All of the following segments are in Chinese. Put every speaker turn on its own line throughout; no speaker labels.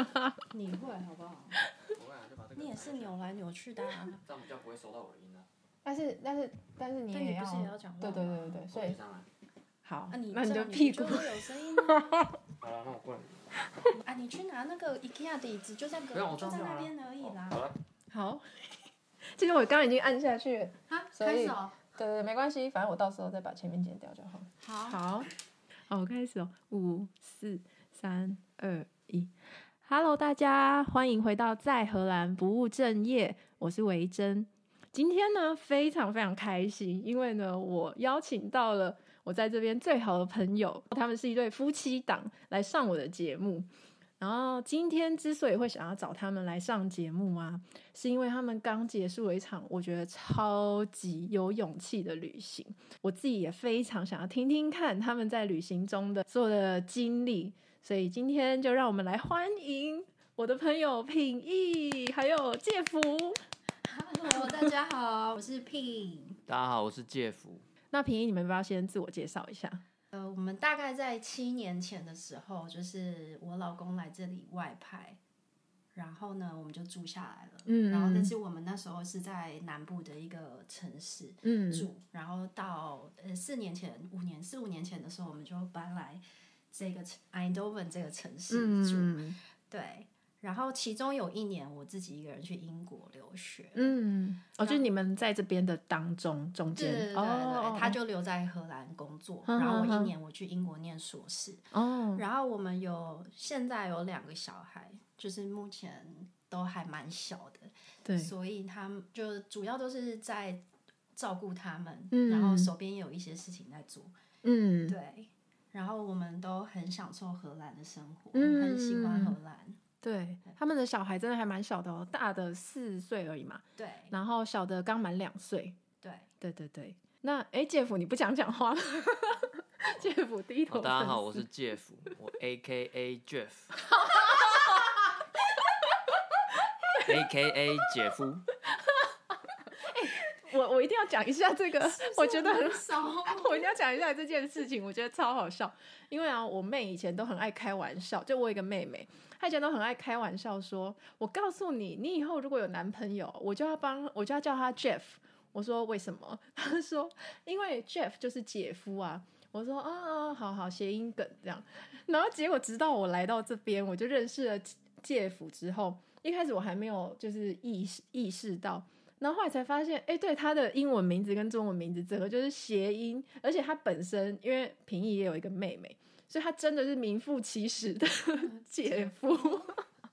啊你会好不好？
不会啊，就把这个
你也是
拿下
扭来扭去的 啊，
这样比较不会收到我的音啊。
但是但是但是你
但你
也
不
要
是也要讲话吗
对对对对对，所以
当然。
好，
啊你
那你
这
就
样你
屁
不
股
就会有声音啊
好了，那我过来。
啊！你去拿那个 IKEA 的椅子，就在隔
不用我
就在
装就
那
好了
边而已
好
啦。
了，
好。 其实我刚刚已经按下去了，
啊，
所
开
以
始哦，
对对对，没关系，反正我到时候再把前面剪掉就好了。
好。
好，好，我开始哦，五、四、三、二、一。Hello，大家欢迎回到在荷兰不务正业，我是维珍。今天呢，非常非常开心，因为呢，我邀请到了我在这边最好的朋友，他们是一对夫妻档来上我的节目。然后今天之所以会想要找他们来上节目啊，是因为他们刚结束了一场我觉得超级有勇气的旅行。我自己也非常想要听听看他们在旅行中的所有的经历，所以今天就让我们来欢迎我的朋友品艺，还有介福。
Hello，大家好，我是 Pin。
大家好，我是介福。
那品艺，你们要不要先自我介绍一下？
呃，我们大概在七年前的时候，就是我老公来这里外派，然后呢，我们就住下来了。
嗯
然后但是我们那时候是在南部的一个城市
嗯
住，然后到呃四年前、五年四五年前的时候，我们就搬来这个城 Eindhoven 这个城市住。
嗯
对，然后其中有一年我自己一个人去英国留学。
嗯，哦，就是你们在这边的当中中
对
间，
对对对
哦
对，，他就留在荷兰工作，
嗯
然后我
嗯
一
嗯
年我去英国念硕士，
哦，
然后我们有现在有两个小孩，就是目前都还蛮小的，
对，
所以他们就主要都是在照顾他们，
嗯
然后手边也有一些事情在做，
嗯，
对。然后我们都很享受荷兰的生活，
嗯
很喜欢荷兰，
对，他们的小孩真的还蛮小的哦，大的四岁而已嘛，
对
然后小的刚满两岁，
对。
对对对，那哎，杰夫，你不想讲话吗？ 杰夫低头、
大家好，我是介 福，我 A K A Jeff。A K A 姐夫，
我，我一定要讲一下这个，我觉得很。
少，
我一定要讲一下这件事情，我觉得超好笑。因为啊，我妹以前都很爱开玩笑，就我有一个妹妹，她以前都很爱开玩笑说：“我告诉你，你以后如果有男朋友，我就要帮，我就要叫他 Jeff。”我说：“为什么？”她说：“因为 Jeff 就是姐夫啊。”我说：“啊啊，好好，谐音梗这样。”然后结果直到我来到这边，我就认识了介夫之后，一开始我还没有就是意识意识到，然后后来才发现，哎、对他的英文名字跟中文名字整个就是谐音，而且他本身因为平易也有一个妹妹，所以他真的是名副其实 的姐夫。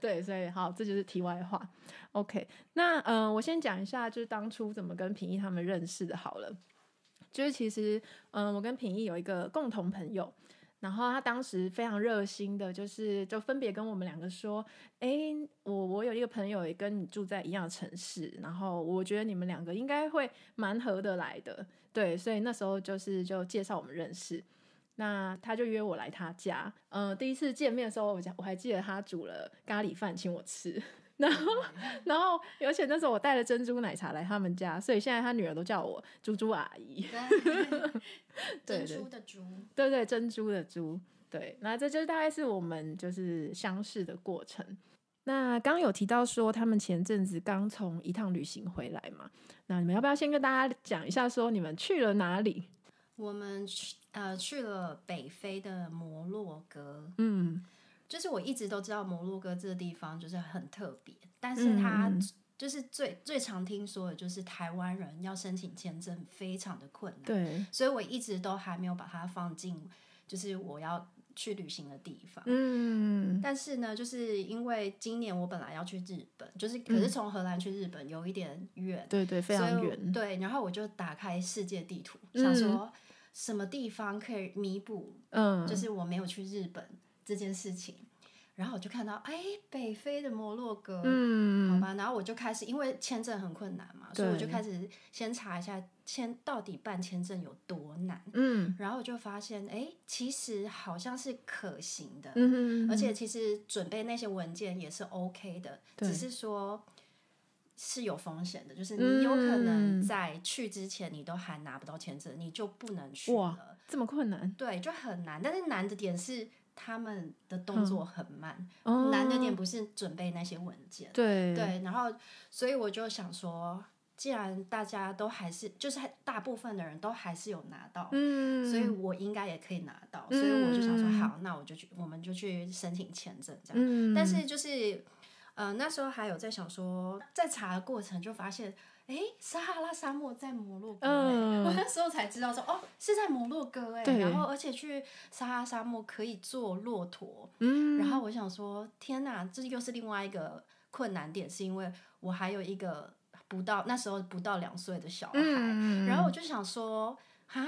对，所以好，这就是题外话。OK，那嗯、呃我先讲一下，就是当初怎么跟平易他们认识的。好了，就是其实嗯、呃我跟平易有一个共同朋友，然后他当时非常热心的，就是就分别跟我们两个说，诶，我我有一个朋友也跟你住在一样的城市，然后我觉得你们两个应该会蛮合得来的，对，所以那时候就是就介绍我们认识。那他就约我来他家，呃，第一次见面的时候，我讲我还记得他煮了咖喱饭请我吃， 然后然后而且那时候我带了珍珠奶茶来他们家，所以现在他女儿都叫我猪猪阿姨。
对，
对
珍珠的珠，
对对，珍珠的珠，对，那这就是大概是我们就是相识的过程。那刚刚有提到说他们前阵子刚从一趟旅行回来嘛，那你们要不要先跟大家讲一下说你们去了哪里？
我们去呃去了北非的摩洛哥，
嗯
就是我一直都知道摩洛哥这个地方就是很特别，但是它
嗯
就是最、最常听说的就是台湾人要申请签证非常的困难，
对，
所以我一直都还没有把它放进就是我要去旅行的地方。
嗯
但是呢，就是因为今年我本来要去日本，
嗯
就是可是从荷兰去日本有一点远，
对对，非常
所以
远，
对，然后我就打开世界地图，
嗯
想说什么地方可以弥补，
嗯，
就是我没有去日本这件事情。然后我就看到，哎，北非的摩洛哥，好
嗯
吧。然后我就开始，因为签证很困难嘛，所以我
对
就开始先查一下签到底办签证有多难。
嗯
然后我就发现，哎，其实好像是可行的，
嗯，
而且其实准备那些文件也是 OK 的，
对
只是说是有风险的，就是你有可能
嗯
在去之前你都还拿不到签证，你就不能去
哇
了。
这么困难，
对，就很难。但是难的点是他们的动作很慢，
嗯哦
难的点不是准备那些文件，
对
对，然后所以我就想说，既然大家都还是就是还大部分的人都还是有拿到，
嗯，
所以我应该也可以拿到，所以我就想说
嗯
好，那我就去，我们就去申请签证这样。
嗯，
但是就是，呃，那时候还有在想说，在查的过程就发现，哎，撒哈拉沙漠在摩洛哥、欸，
嗯
我那时候才知道说，哦，是在摩洛哥哎、
对
然后而且去撒哈拉沙漠可以坐骆驼，
嗯，
然后我想说，天哪，这又是另外一个困难点，是因为我还有一个不到那时候不到两岁的小孩，
嗯，
然后我就想说，哈，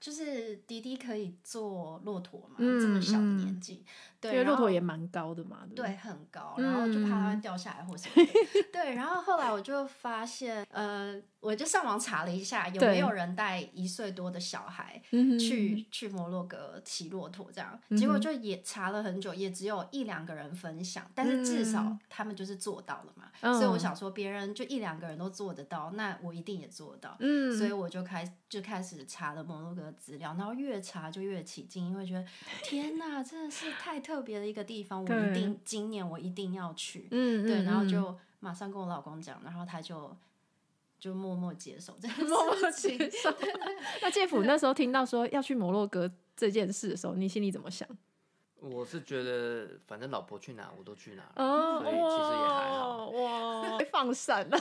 就是迪迪可以坐骆驼嘛，
嗯
这么小的
嗯
年纪，对，
因为
然
骆
后
驼也蛮高的嘛，对
对，
不
很高，然后就怕它
嗯
掉下来或什么的。对，然后后来我就发现，呃，我就上网查了一下，有没
对嗯
有人带一岁多的小孩
对，
去去摩洛哥骑骆驼这样？
嗯
结果就也查了很久，也只有一两个人分享，但是至少
嗯
他们就是做到了嘛。
嗯
所以我想说，别人就一两个人都做得到，那我一定也做得到。
嗯，
所以我就开就开始查了摩洛哥的资料，然后越查就越起劲，因为觉得天呐，真的是太特别的一个地方，我
对
一定今年我一定要去。
嗯，嗯
对，然后
嗯
就马上跟我老公讲，然后他就就默默接受这件
默默
事情。
接受。那介甫那时候听到说要去摩洛哥这件事的时候，你心里怎么想？
我是觉得反正老婆去哪我都去哪，
哦，
所以其实也还好。
哇，哇，放闪了。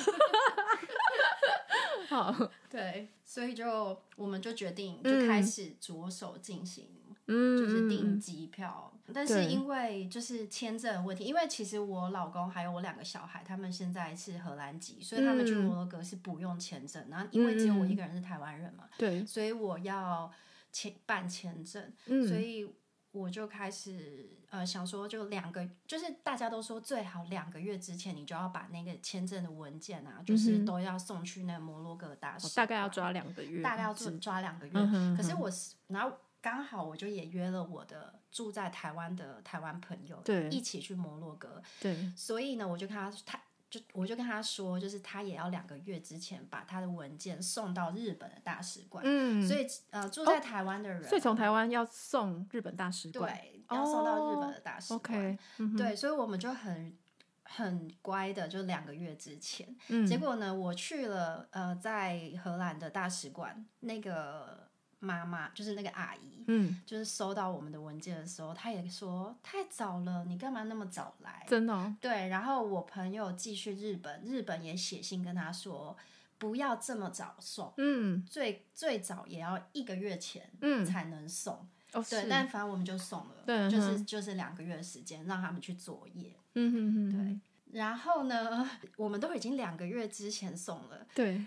好，
对，所以就我们就决定就开始着手进行。
嗯，
就是订
嗯，
机票，但是
对
因为就是签证的问题，因为其实我老公还有我两个小孩，他们现在是荷兰籍，所以他们去
嗯
摩洛哥是不用签证。然后因为只有我一个人是台湾人嘛，
对，
所以我要签办签证，
嗯，
所以我就开始呃想说，就两个，就是大家都说最好两个月之前你就要把那个签证的文件啊，就是
嗯哼
都要送去那摩洛哥大使
哦
馆，
大概要抓两个月，
大概要抓抓两个月。
嗯哼
可是
哼
我是，然后刚好我就也约了我的住在台湾的台湾朋友，
对
一起去摩洛哥。
对，
所以呢，我就跟他他。就我就跟他说，就是他也要两个月之前把他的文件送到日本的大使馆，
嗯，
所
以
以呃住在台湾的人，
所以从台湾要送日本大使馆，
对要送到日本
哦
的大使馆。
，OK，嗯哼，
对，所以我们就很很乖的，就两个月之前，
嗯，
结果呢，我去了呃，在荷兰的大使馆，那个妈妈就是那个阿姨，
嗯，
就是收到我们的文件的时候，她也说太早了，你干嘛那么早来？
真的哦，
对，然后我朋友寄去日本，日本也写信跟她说不要这么早送，
嗯
最最早也要一个月前
嗯，
才能送。
哦
对
是，，
但反正我们就送了，
对
就是
嗯
就是两个月的时间让他们去作业。
嗯哼哼哼，
对 然后呢，我们都已经两个月之前送了。
对，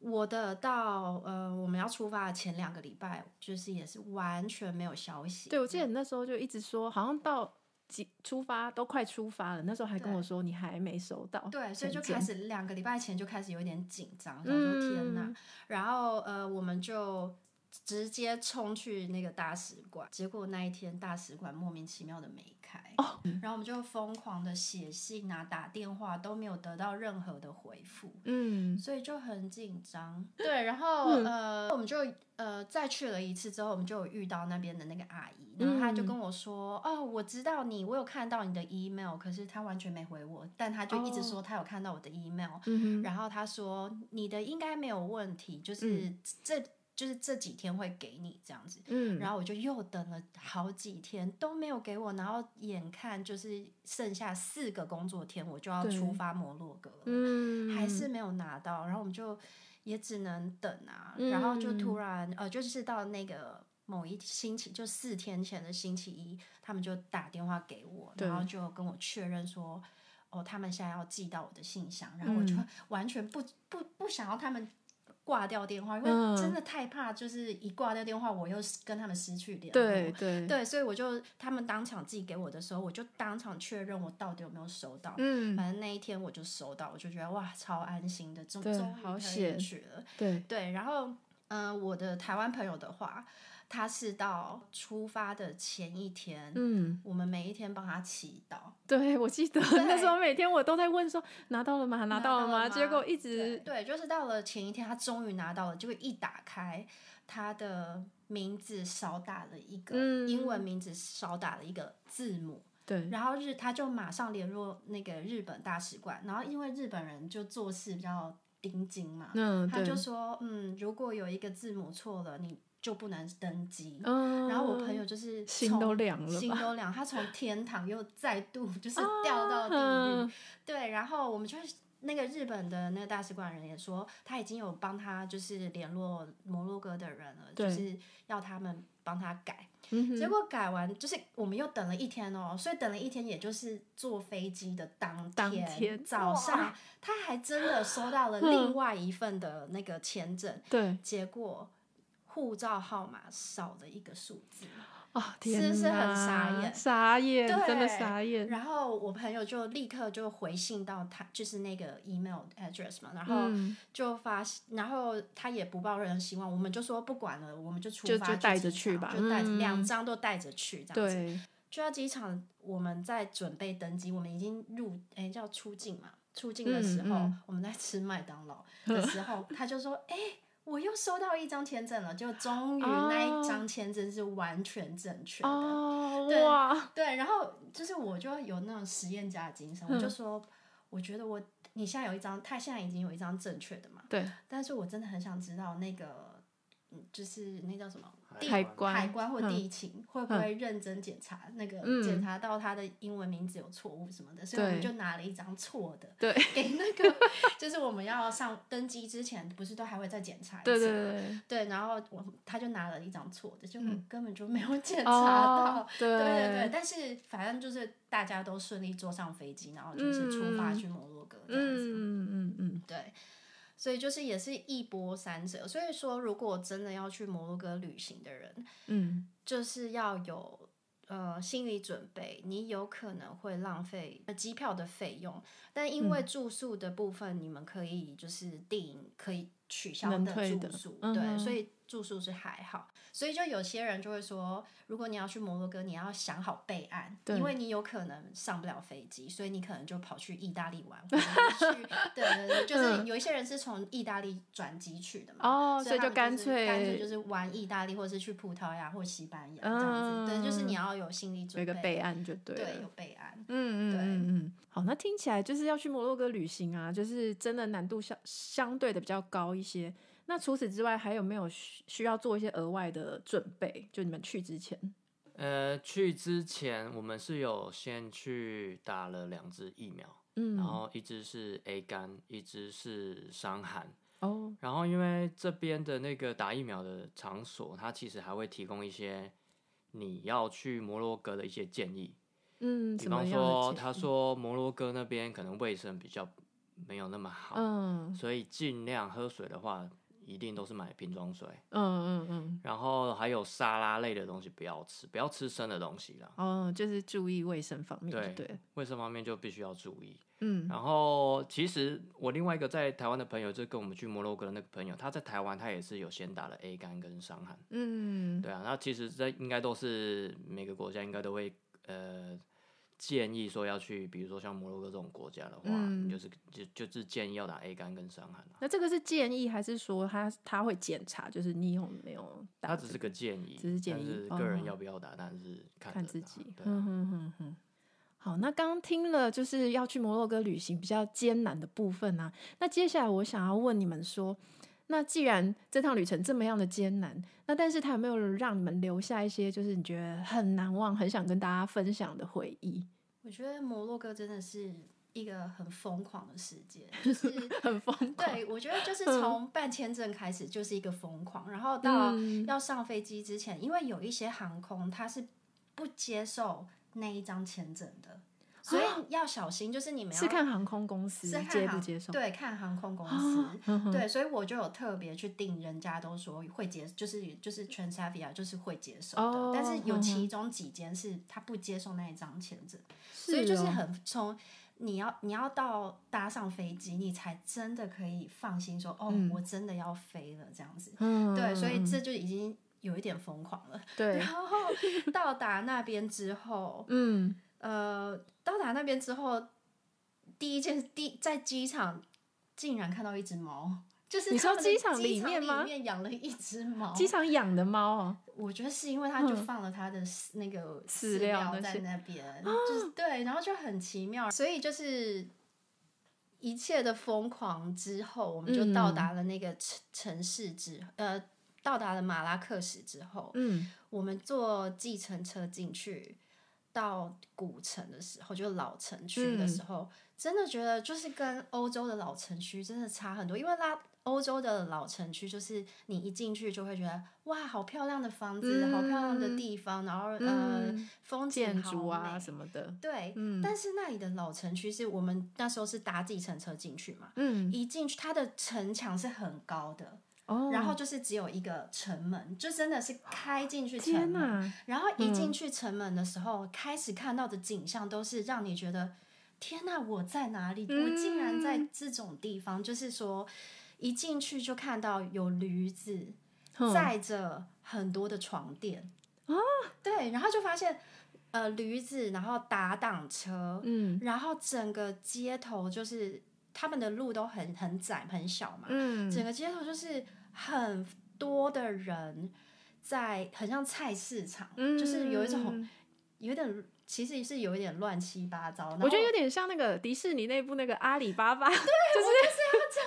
我的到呃，我们要出发的前两个礼拜，就是也是完全没有消息。
对，我记得你那时候就一直说，好像到几出发都快出发了，那时候还跟
对
我说你还没收到，
对，所以就
证件
开，始两个礼拜前就开始有点紧张，想说天哪
嗯，，
然后呃，我们就直接冲去那个大使馆，结果那一天大使馆莫名其妙的没开，
哦
然后我们就疯狂的写信啊、打电话都没有得到任何的回复，
嗯，
所以就很紧张。对，然后、
嗯
呃，我们就呃再去了一次之后，我们就有遇到那边的那个阿姨，然后她就
嗯
跟我说：“哦，我知道你，我有看到你的 email，可是她完全没回我，但她就一直说她有看到我的 email，、
嗯哼，
然后她说你的应该没有问题，就是这、就是这几天会给你这样子。”
嗯，
然后我就又等了好几天都没有给我，然后眼看就是剩下四个工作天，我就要
对
出发摩洛哥了。
嗯，
还是没有拿到，然后我们就也只能等啊，然后就突
嗯
然呃，就是到那个某一星期，就四天前的星期一，他们就打电话给我，
对
然后就跟我确认说。哦，他们现在要寄到我的信箱，然后我就
嗯
完全不不不想要他们挂掉电话，因为
嗯
真的太怕，就是一挂掉电话，我又跟他们失去联络。
对对，
对，所以我就他们当场寄给我的时候，我就当场确认我到底有没有收到。
嗯，
反正那一天我就收到，我就觉得哇，超安心的，终
对
终于
好
可以
险
去了。
对，
对，然后嗯、呃我的台湾朋友的话，他是到出发的前一天，
嗯，
我们每一天帮他祈祷，
对，我记得 那时候每天我都在问说拿到了吗？拿
拿到
到
了
吗？结
吗
果
对
一直
对，就是到了前一天，他终于拿到了，结果一打开，他的名字少打了一个、
嗯
英文名字少打了一个字母，
对，
然后日他就马上联络那个日本大使馆，然后因为日本人就做事比较盯紧嘛，
嗯，
他
对
就说，嗯，如果有一个字母错了，你就不能登机。
嗯，
然后我朋友就是
心
从
都凉了
心
吧
都凉。他从天堂又再 度就是掉到地狱，
嗯
对。然后我们就那个日本的那个大使馆人也说，他已经有帮他就是联络摩洛哥的人了，就
对
是要他们帮他改。
嗯哼
结果改完，就是我们又等了一天哦，所以等了一天，也就是坐飞机的当天
当天
早上
哇，
他还真的收到了另外一份的那个签证，
对
结果护照号码少了一个数字。
啊，
是
天
不是很
哪
傻眼
傻眼，真的
对
傻眼。
然后我朋友就立刻就回信到他，就是那个 email address 嘛，然后
嗯，
就发，然后他也不抱任何希望，我们就说不管了，我们就出
就
发
就带着
机
去
场
吧
就带着、
嗯
两张都带着去这样子。
对，
就到机场，我们在准备登机，我们已经入哎叫出境嘛，出境的时候，
嗯嗯
我们在吃麦当劳的时候，他就说哎。我又收到一张签证了，就终于
哦
那一张签证是完全正确的。
哦
对
哇，
对，然后就是我就有那种实验家的精神，我
嗯
就说，我觉得我你现在有一张，他现在已经有一张正确的嘛，
对，
但是我真的很想知道那个，嗯，就是那叫什么地
海关
海关或
嗯
地勤、会不会认真检查、那个
嗯
检查到他的英文名字有错误什么的，所以我们
对
就拿了一张错的
对
给那个，就是我们要上登机之前不是都还会再检查一次
对对
吗。
对
对然后我他就拿了一张错的，就
嗯
根本就没有检查
对，
到，
哦
对对对，
对，
但是反正就是大家都顺利坐上飞机，然后就是出发去摩洛哥这样子。
嗯嗯嗯嗯
对，所以就是也是一波三折。所以说，如果真的要去摩洛哥旅行的人，
嗯，
就是要有呃心理准备，你有可能会浪费呃机票的费用，但因
嗯
为住宿的部分，你们可以就是订可以取消
能退
住
的
宿，
嗯
对，
哼
所以住宿是还好。所以就有些人就会说，如果你要去摩洛哥，你要想好备案，
对
因为你有可能上不了飞机，所以你可能就跑去意大利玩，或者是去对对对， 就是有一些人是从意大利转机去的嘛。
嗯哦，
所
所
以
以
他
就
们
干
是干脆就
脆
是玩意大利，或是去葡萄牙或西班牙这样子。对，就是你要有心理
嗯有
准
一
备，
个备案就对
对，有
了。
备案。
嗯嗯
对
嗯嗯，好，那听起来就是要去摩洛哥旅行啊，就是真的难度相相对的比较高一些。那除此之外，还有没有需需要做一些额外的准备？就你们去之前，
呃，去之前我们是有先去打了两支疫苗，
嗯，
然后一支是 A 肝，一支是伤寒。
哦，
然后因为这边的那个打疫苗的场所，它其实还会提供一些你要去摩洛哥的一些建议，
嗯，
比
怎么
方
样的
说
建
他
议，
说摩洛哥那边可能卫生比较没有那么好，
嗯
所以尽量喝水的话，一定都是买瓶装水。
嗯嗯嗯，
然后还有沙拉类的东西不要吃，不要吃生的东西啦。
哦，就是注意卫生方面就
对
对了，
卫生方面就必须要注意。
嗯，
然后其实我另外一个在台湾的朋友，就跟我们去摩洛哥的那个朋友，他在台湾他也是有先打了 A 肝跟伤寒。
嗯，
对啊，那其实这应该都是每个国家应该都会呃建议说要去，比如说像摩洛哥这种国家的话，
嗯
你就是就就是建议要打 A 肝跟伤寒啊。
那这个是建议还是说他他会检查，就是你有没有打
它
这
只是
个
个建议，
只是建
但
议
是个人
哦
要不要打，但是看
看
人
自
啊
己。
对啊
嗯哼哼哼。好，那刚刚听了就是要去摩洛哥旅行比较艰难的部分啊。那接下来我想要问你们说，那既然这趟旅程这么样的艰难，那但是它有没有让你们留下一些就是你觉得很难忘、很想跟大家分享的回 忆？
我觉得摩洛哥真的是一个很疯狂的世界， 就是。
很疯狂，
对，我觉得就是从办签证开始就是一个疯狂，然后到
嗯
要上飞机之前，因为有一些航空它是不接受那一张签证的，所以要小心，就是你们要
啊是看航空公司
哎是看
接不
航
接受？
对，看航空公司。
啊，嗯哼
对，所以我就有特别去订，人家都说会接，就是就是 Transavia 就是会接受的，
哦
但是有
嗯哼
其中几间是他不接受那一张签证。
所
所以
哦
就是很从你要你要到搭上飞机，你才真的可以放心说哦，
嗯
我真的要飞了这样子。
嗯，
对，所以这就已经有一点疯狂了。
对
然，后到达那边之后，
嗯，
呃，到达那边之后，第一件第在机场竟然看到一只猫，就是
你
他
说
们的
机场
机
里面吗
里面养了一只猫，
机场养的猫哦，
我觉得是因为他就
嗯
放了他的饲那个
饲
饲
料
料
那
在
些
那边， 就是对，然后就很奇妙，所以就是一切的疯狂之后，我们就到
嗯
达了那个城城市之、呃，到达了马拉克什之后，
嗯，
我们坐计程车进去到古城的时候，就老城区
嗯
的时候，真的觉得就是跟欧洲的老城区真的差很多，因为拉欧洲的老城区就是你一进去就会觉得哇，好漂亮的房子，
嗯
好漂亮的地方，然后呃
嗯，
风景
建筑
好
啊
美
什么的，
对，
嗯
但是那里的老城区是我们那时候是搭计程车进去嘛，
嗯，
一进去它的城墙是很高的，
哦，
然后就是只有一个城门，就真的是开进去城
天
门，
哪，
然后一
嗯
进去城门的时候，开始看到的景象都是让你觉得，天哪，我在哪里？
嗯
我竟然在这种地方，就是说，一进去就看到有驴子
哼
载着很多的床垫啊，对，然后就发现，呃，驴子，然后打挡车，
嗯
然后整个街头就是他们的路都很很窄很小嘛，
嗯，
整个街头就是很多的人在，很像菜市场，就是有一种
嗯，
有点，其实是有一点乱七八糟。然后
我觉得有点像那个迪士尼那部那个阿里巴 巴，很
这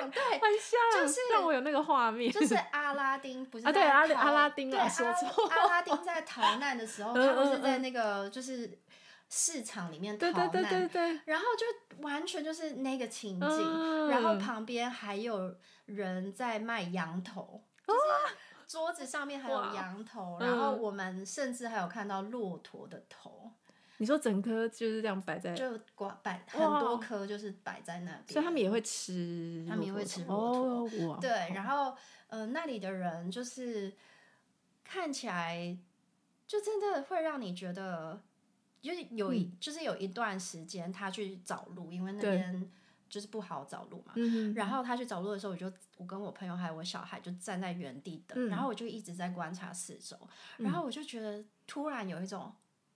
样对，
像，
就是
让我有那个画面，
就是 阿拉丁不是
啊对
在
阿拉
逃
阿拉丁啊
对阿
说错
阿拉丁在逃难的时候，
嗯
他不
嗯
是在
嗯
那个就是市场里面逃
对对
难，
对对对，
然后就完全就是那个情景，
嗯
然后旁边还有人在卖羊头，就是桌子上面还有
哇
羊头，
嗯
然后我们甚至还有看到骆驼的头，
你说整颗就是这样摆在，
就挂摆很
哇
多颗，就是摆在那边，
所以他们也会吃
他
骆驼头，
们也会吃骆
哦，哇，
对，然后呃，那里的人就是看起来就真的会让你觉得，就是有一、就是有一段时间他去找路，因为那
嗯对
边就是不好找路嘛。
嗯哼，
然后他去找路的时候，我就我跟我朋友还有我小孩就站在原地等，
嗯
然后我就一直在观察四周，
嗯
然后我就觉得突然有一种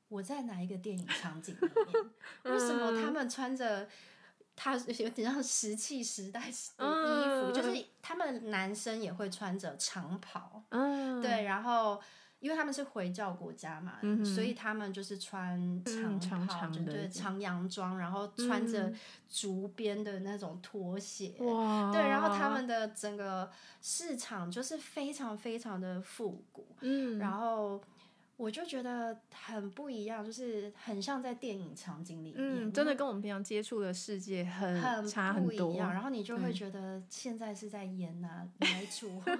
我在哪一个电影场景里面，为什么
嗯
他们穿着他有点像石器时代的衣服，
嗯
就是他们男生也会穿着长袍，
嗯，
对，然后。因为他们是回教国家嘛，
嗯哼
所以他们就是穿长袍，
嗯长长
就
的
对
这样
长洋装，然后穿着
嗯
竹编的那种拖鞋，
哇，
对，然后
哦
他们的整个市场就是非常非常的复古，
嗯，
然后我就觉得很不一样，就是很像在电影场景里面，
嗯，真的跟我们平常接触的世界很
很
差
不
很多
一。样。然后你就会
对
觉得现在是在演哪哪一出？ 对，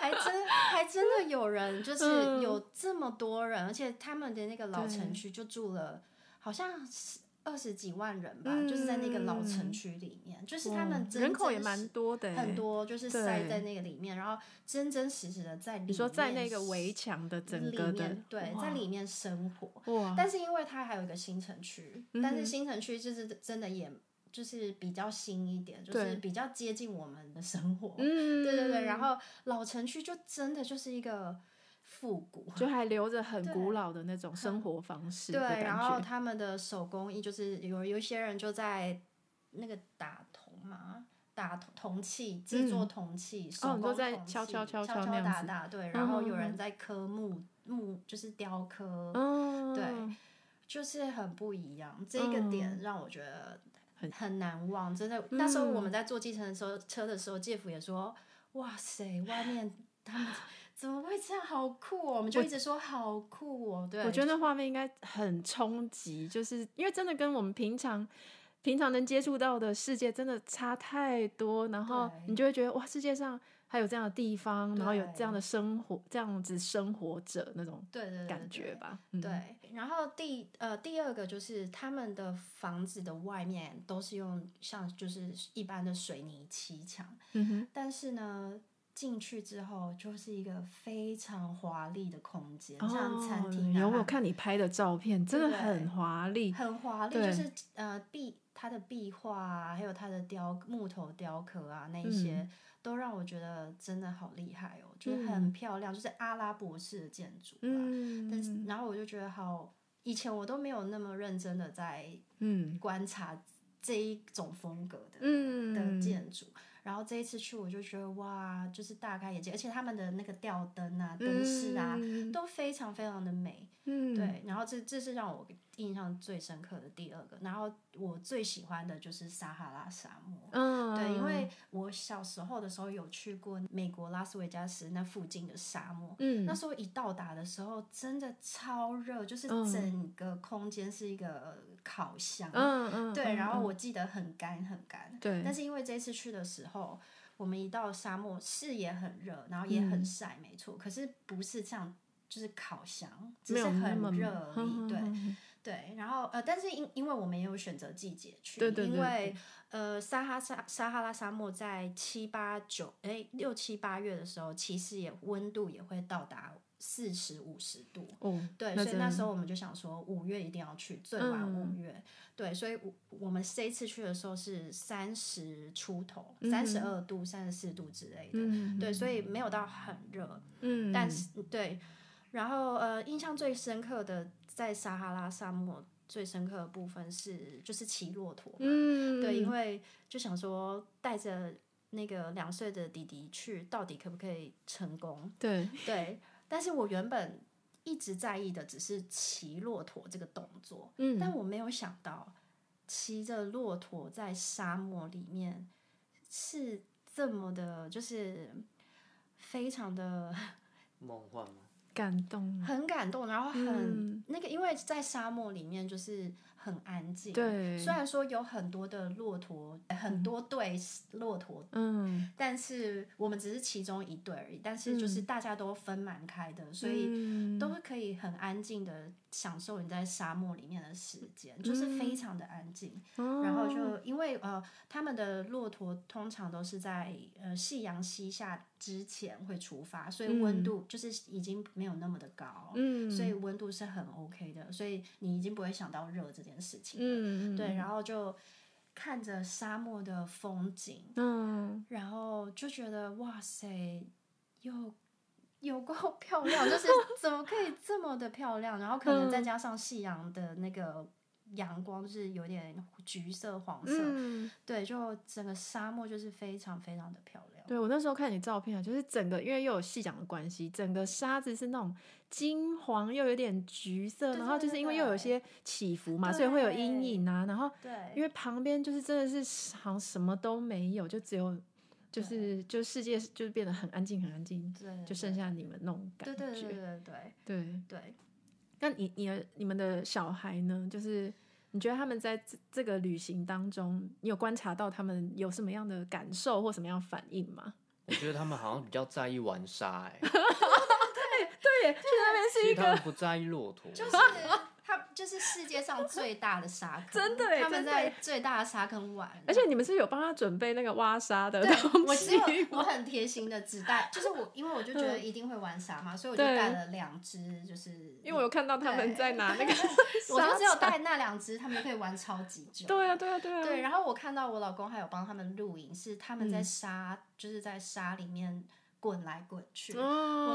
还真还真的有人，就是
嗯
有这么多人，而且他们的那个老城
对
区就住了好像是二十几万人吧，就是在那个老城
嗯
区里面，就是
哇
他们真
人口
正
也蛮
是
多的，欸
很。多就是
对
塞在那个里面，然后真真实实的在里面
你说在那个围墙的整
里
个的
面，对，在里面生活。
面哇，
但是因为它还有一个新城区，但
嗯
是
哼
新城区就是真的也就是比较新一点，就
对
是比较接近我们的生活。
嗯，
对对对，然后老城区就真的就是一个复古，
就还留着很
对
古老的那种生活方式
对，
的感
然后
觉。
他们的手工艺就是有有一些人就在那个打铜嘛，打铜铜器制作
嗯
铜器，
哦
手
你说
工
在
铜器
敲敲敲
敲
敲那样
打
子
打，对，
嗯
然后
嗯
有人
嗯
在刻木木就是雕刻，
嗯，
对，就是很不一样。这个
嗯
点让我觉得
很
很难忘，真的。那时候我
嗯
们在坐计程的时候，车的时候，介夫也说：“哇塞，外面他们怎么会这样？好酷哦！”我们就一直说好酷哦。对，
我觉得那画面应该很冲击，就是因为真的跟我们平常平常能接触到的世界真的差太多，然后
对
你就会觉得哇，世界上还有这样的地方，然后有这样
对
的生活，这样子生活者那种
对对对
感
对
觉吧。嗯，
对，然后第呃第二个就是他们的房子的外面都是用像就是一般的水泥砌墙，
嗯哼，
但是呢进去之后就是一个非常华丽的空间，像餐厅、啊，
哦有我看你拍的照片，真的
对不对
很华丽。
很华丽，
对
就是呃壁它的壁画啊，还有它的雕木头雕刻啊那一些。都让我觉得真的好厉害哦，就是很
嗯嗯
漂亮，就是阿拉伯式的建筑、啊。但是
嗯
然后我就觉得好，以前我都没有那么认真的在
嗯
观察这一种风格的、
嗯
的建筑，然后这一次去我就觉得哇，就是大开眼界，而且他们的那个吊灯啊、灯饰啊、
嗯
都非常非常的美。
嗯，
对，然后这这是让我印象最深刻的第二个。然后我最喜欢的就是撒哈拉沙漠。
嗯，
对，因为我小时候的时候有去过美国拉斯维加斯那附近的沙漠，
嗯
那时候一到达的时候真的超热，就是
嗯
整个空间是一个烤箱，
嗯嗯，
对，
嗯
然后
嗯
我记得很干很干，
对，
但是因为这次去的时候，我们一到沙漠，视野很热，然后也
嗯
很晒，没错，可是不是像就是烤箱，只
没
是
有那么
很热而
哼
已，
哼
对，
哼哼
对，然后呃，但是因因为我们也有选择季节去，
对对对
因为呃，撒哈沙撒哈拉沙漠在七八九哎六七八月的时候，其实也温度也会到达四十五十度。
哦，
对，所以
真
那
的
时候我们就想说，五月一定要去，最晚五
嗯
月。对，所以我我们这一次去的时候是三十出头，三十二度、三十四度之类的。
嗯
对，所以没有到很热，
嗯，
但是对，然后呃，印象最深刻的在撒哈拉沙漠最深刻的部分是就是骑骆驼嘛，
嗯，
对，因
为
为就想说带着那个两岁的弟弟去，到底可不可以成功？
对，
对，但是我原本一直在意的只是骑骆驼这个动作，
嗯，
但我没有想到骑着骆驼在沙漠里面是这么的，就是非常的。
梦幻吗？
感动了，
很感动，然后很、
嗯
那个，因为在沙漠里面就是很安静。，
对，
虽然说有很多的骆驼，呃很多对骆驼，
嗯，
但是我们只是其中一对而已。但是就是大家都分蛮开的，
嗯
所以
以
都可以很安静的享受你在沙漠里面的时间，
嗯
就是非常的安静。
哦
然后就因为呃，他们的骆驼通常都是在呃夕阳西下之前会出发，所以温
嗯
度就是已经没有那么的高，
嗯，
所以温度是很 OK 的，所以你已经不会想到热这件事情。
嗯，
对，然后就看着沙漠的风景，
嗯，
然后就觉得哇塞，又有够漂亮， 就是怎么可以这么的漂亮？然后可能再
嗯
加上夕阳的那个阳光，就是有点橘色、黄色，
嗯，
对，就整个沙漠就是非常非常的漂亮。
对我那时候看你照片啊，就是整个因为又有细长的关系，整个沙子是那种金黄又有点橘色，
对
然后
对
就是
对
因为又有一些起伏嘛，所以会有阴
对
影啊，然后
对，
因为旁边就是真的是好像什么都没有，就只有就是就世界就是变得很安静很安静，
对
就剩下你们那种感
对
觉。
对对对对对
对
对，
那你你的你们的小孩呢？就是你觉得他们在这这个旅行当中，你有观察到他们有什么样的感受或什么样的反应吗？
我觉得他们好像比较在意玩沙、 欸，
对耶，去那边
其
是一
实他
个
们不在意骆驼，啊
就是它就是世界上最大的沙坑，
真的耶
他们
真的
在
耶
最大的沙坑玩，
而且你们是有帮他准备那个挖沙的
对，
东
我只
西
有
吗，
我很贴心的只带，就是我因为我就觉得
嗯
一定会玩沙嘛，所以我就
对
带了两只，就是
因为我有看到他们在拿 那个沙
我就只有
铲
带那两只，他们就可以玩超级久。
对啊，对啊，对啊，嗯
对，然后我看到我老公还有帮他们录影，是他们在沙，就是在沙里面滚来滚去。我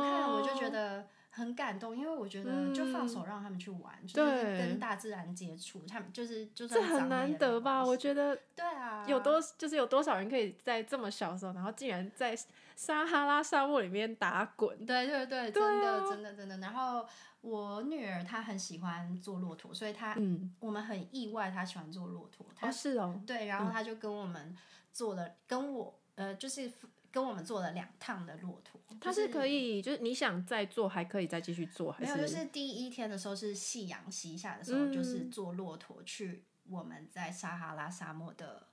看了
哦
我就觉得很感动，因为我觉得就放手让他们去玩，就是
嗯对
跟大自然接触，他们就是就算
这很
脏了也
难
没
得吧？
关
我
系
觉得
对啊，
有多就是有多少人可以在这么小的时候，然后竟然在撒哈拉沙漠里面打滚？
对对对，
对
真的
啊
真的真的。然后我女儿她很喜欢坐骆驼，所以她、
嗯，
我们很意外她喜欢坐骆驼。她、
哦是哦，
对，然后她就跟我们坐了，跟我呃就是跟我们坐了两趟的骆驼。
它
就是
可以，就是你想再做，还可以再继续做，还
没有，
是
就是第一天的时候是夕阳西下的时候，就是
嗯
坐骆驼去我们在撒哈拉沙漠的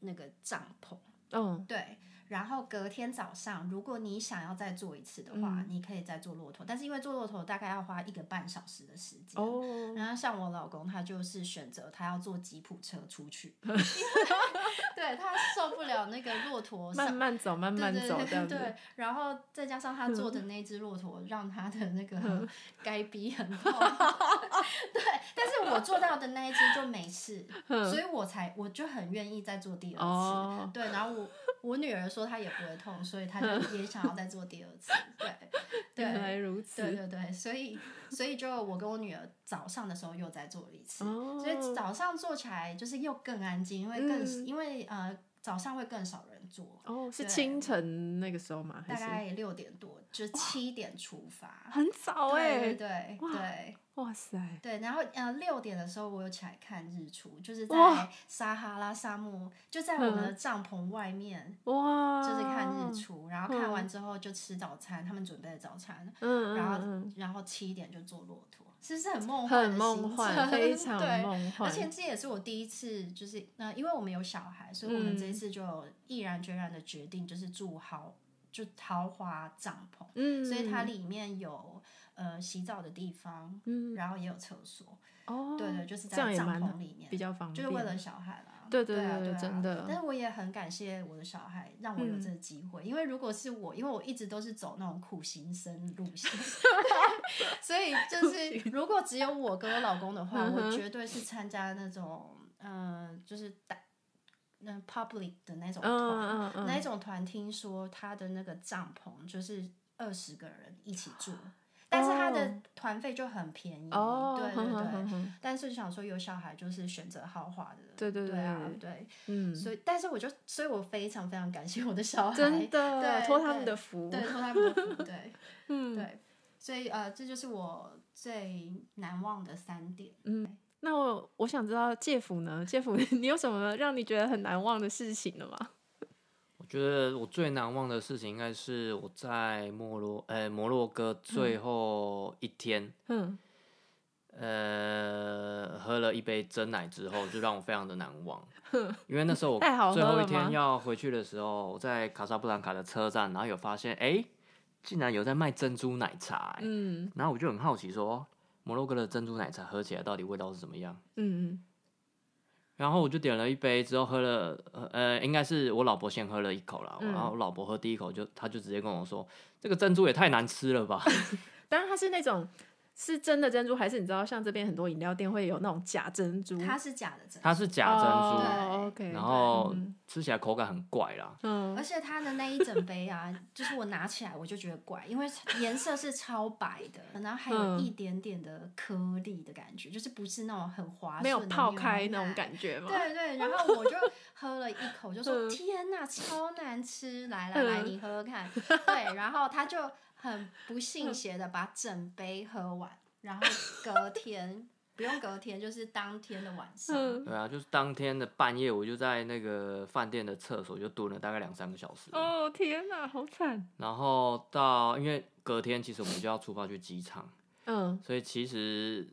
那个帐篷。
嗯
对，然后隔天早上，如果你想要再做一次的话，
嗯
你可以再坐骆驼，但是因为坐骆驼大概要花一个半小时的时间。
哦，
然后像我老公，他就是选择他要坐吉普车出 去，因为对他受不了那个骆驼上
慢慢走，慢慢走，
对
这
对
样
对
子嗯
对，然后再加上他坐的那只骆驼，让他的那个 该逼很痛。 对，但是我做到的那一只就没事，所以我才我就很愿意再做第二次。
嗯哦
对，然后我我女儿说她也不会痛，所以她就也想要再做第二次。对，
原来
对。
如
对
此，
对对，所以所以就我跟我女儿早上的时候又再做了一次，
哦
所以早上做起来就是又更安静，因为更、
嗯
因为呃早上会更少人做，
哦，是
对
清晨那个时候吗？还
大
是
概六点多，就七点出发。
很早哎、
对对对
哇
对
哇塞，
对，然后呃六点的时候我有起来看日出，就是在
哇嗯
撒哈拉沙漠，就在我们的帐篷外面，
哇，
就是看日，出，然后看完
哦嗯
之后就吃早餐，他们准备的早餐，
嗯，
然后、
嗯
然后七点就坐骆驼，是不是很梦
嗯
幻的行
很
程？
梦幻，非常
对
梦幻，
而且这也是我第一次，就是那、呃因为我们有小孩，所以我
嗯
们这一次就毅然决然的决定，就是住豪就豪华帐篷，
嗯，
所以它里面有呃洗澡的地方，
嗯
然后也有厕所，
哦，
对对，就是
这样
在
也
帐
蛮
篷里面
比，较方便，
就是为了小孩啦。
对对
对啊
对
啊
真的嗯
但是我也很感谢我的小孩，让我有这个机会。因为如果是我，因为我一直都是走那种苦行僧路 线，所以就是如果只有我跟我老公的话，
嗯哼
我绝对是参加那种嗯、呃就是打那 public 的那种团。
嗯嗯嗯，
那一种团听说他的那个帐篷就是二十个人一起住，但是他的团费就很便宜。
哦，
对对
哼
对。
哼哼哼
但是想说有小孩就是选择豪华的，
对对
对
对
啊
对
对，
嗯，
所以但是我就，所以我非常非常感谢我的小孩，
真的
对
托他们
对
的福，
对，托他们的福，对
嗯，
对，所以呃，这就是我最难忘的三点。
那我我想知道介甫呢？介甫， 你有什么让你觉得很难忘的事情了吗？
我觉得我最难忘的事情应该是我在摩洛，呃，摩洛哥最后一天，
嗯，
呃，喝了一杯真奶之后，就让我非常的难 忘，因为那时候我
太好喝
最后一
了吗
天要回去的时候，我在卡萨布兰卡的车站，然后有发现，哎、竟然有在卖珍珠奶茶、欸
嗯
然后我就很好奇说，摩洛哥的珍珠奶茶喝起来到底味道是怎么样？
嗯
然后我就点了一杯，之后喝了，呃呃，应该是我老婆先喝了一口啦，
嗯
然后我老婆喝第一口就，她就直接跟我说，这个珍珠也太难吃了吧。
嗯，当然它是那种是真的珍珠，还是你知道像这边很多饮料店会有那种假珍珠，
它是假的真的，
它是假珍珠，
哦、，OK，
然后
嗯
吃起来口感很怪啦。
嗯
而且它的那一整杯啊，就是我拿起来我就觉得怪，因为颜色是超白的，然后还有
嗯
一点点的颗粒的感觉，就是不是那种很滑
没有
顺的
泡
牛
开那种
奶
感觉吗？
对对，然后我就喝了一口，就说
嗯
天呐，超难吃！来来来，
嗯
你喝喝看。对，然后他就很不信
嗯
邪的把整杯喝完，然后隔天不用隔天，就是当天的晚上。
嗯，
对啊，就是当天的半夜，我就在那个饭店的厕所就蹲了大概两三个小时，
哦天哪，好惨，
然后到因为隔天其实我们就要出发去机场，
嗯，
所以其实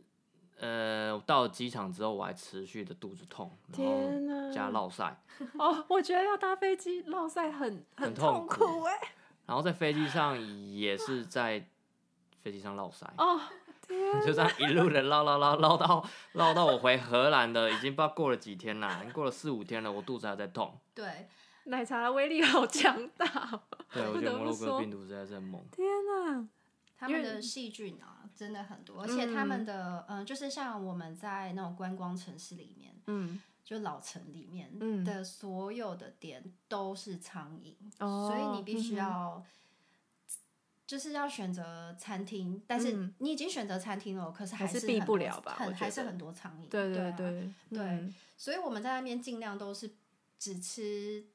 呃我到了机场之后，我还持续的肚子痛，然
天哪
后加落晒，
哦，我觉得要搭飞机落塞很
很
痛
痛苦
苦哎、
然后在飞机上也是在飞机上落塞，
哦天，
就这样一路的唠唠唠唠到唠到我回荷兰的，已经不知道过了几天啦，已经过了四五天了，我肚子还在痛。
对，
奶茶的威力好强大哦，
对，我
不
觉得
得
摩
不
洛哥
说
病毒实在是很猛。
天哪，
他
因
们
为
的细菌啊，真的很多，而且他们的嗯、呃就是像我们在那种观光城市里面，
嗯。
就老城里面
嗯
的所有的店都是苍蝇，
哦
所以你必须
嗯哼
要、就是要选择餐厅，但是
嗯
你已经选择餐厅了，可是
还
是
是避
很多
不了吧我
很
觉
还是
得
很多苍蝇。
对对
啊
对
对
嗯
所以我们在那边尽量都是只吃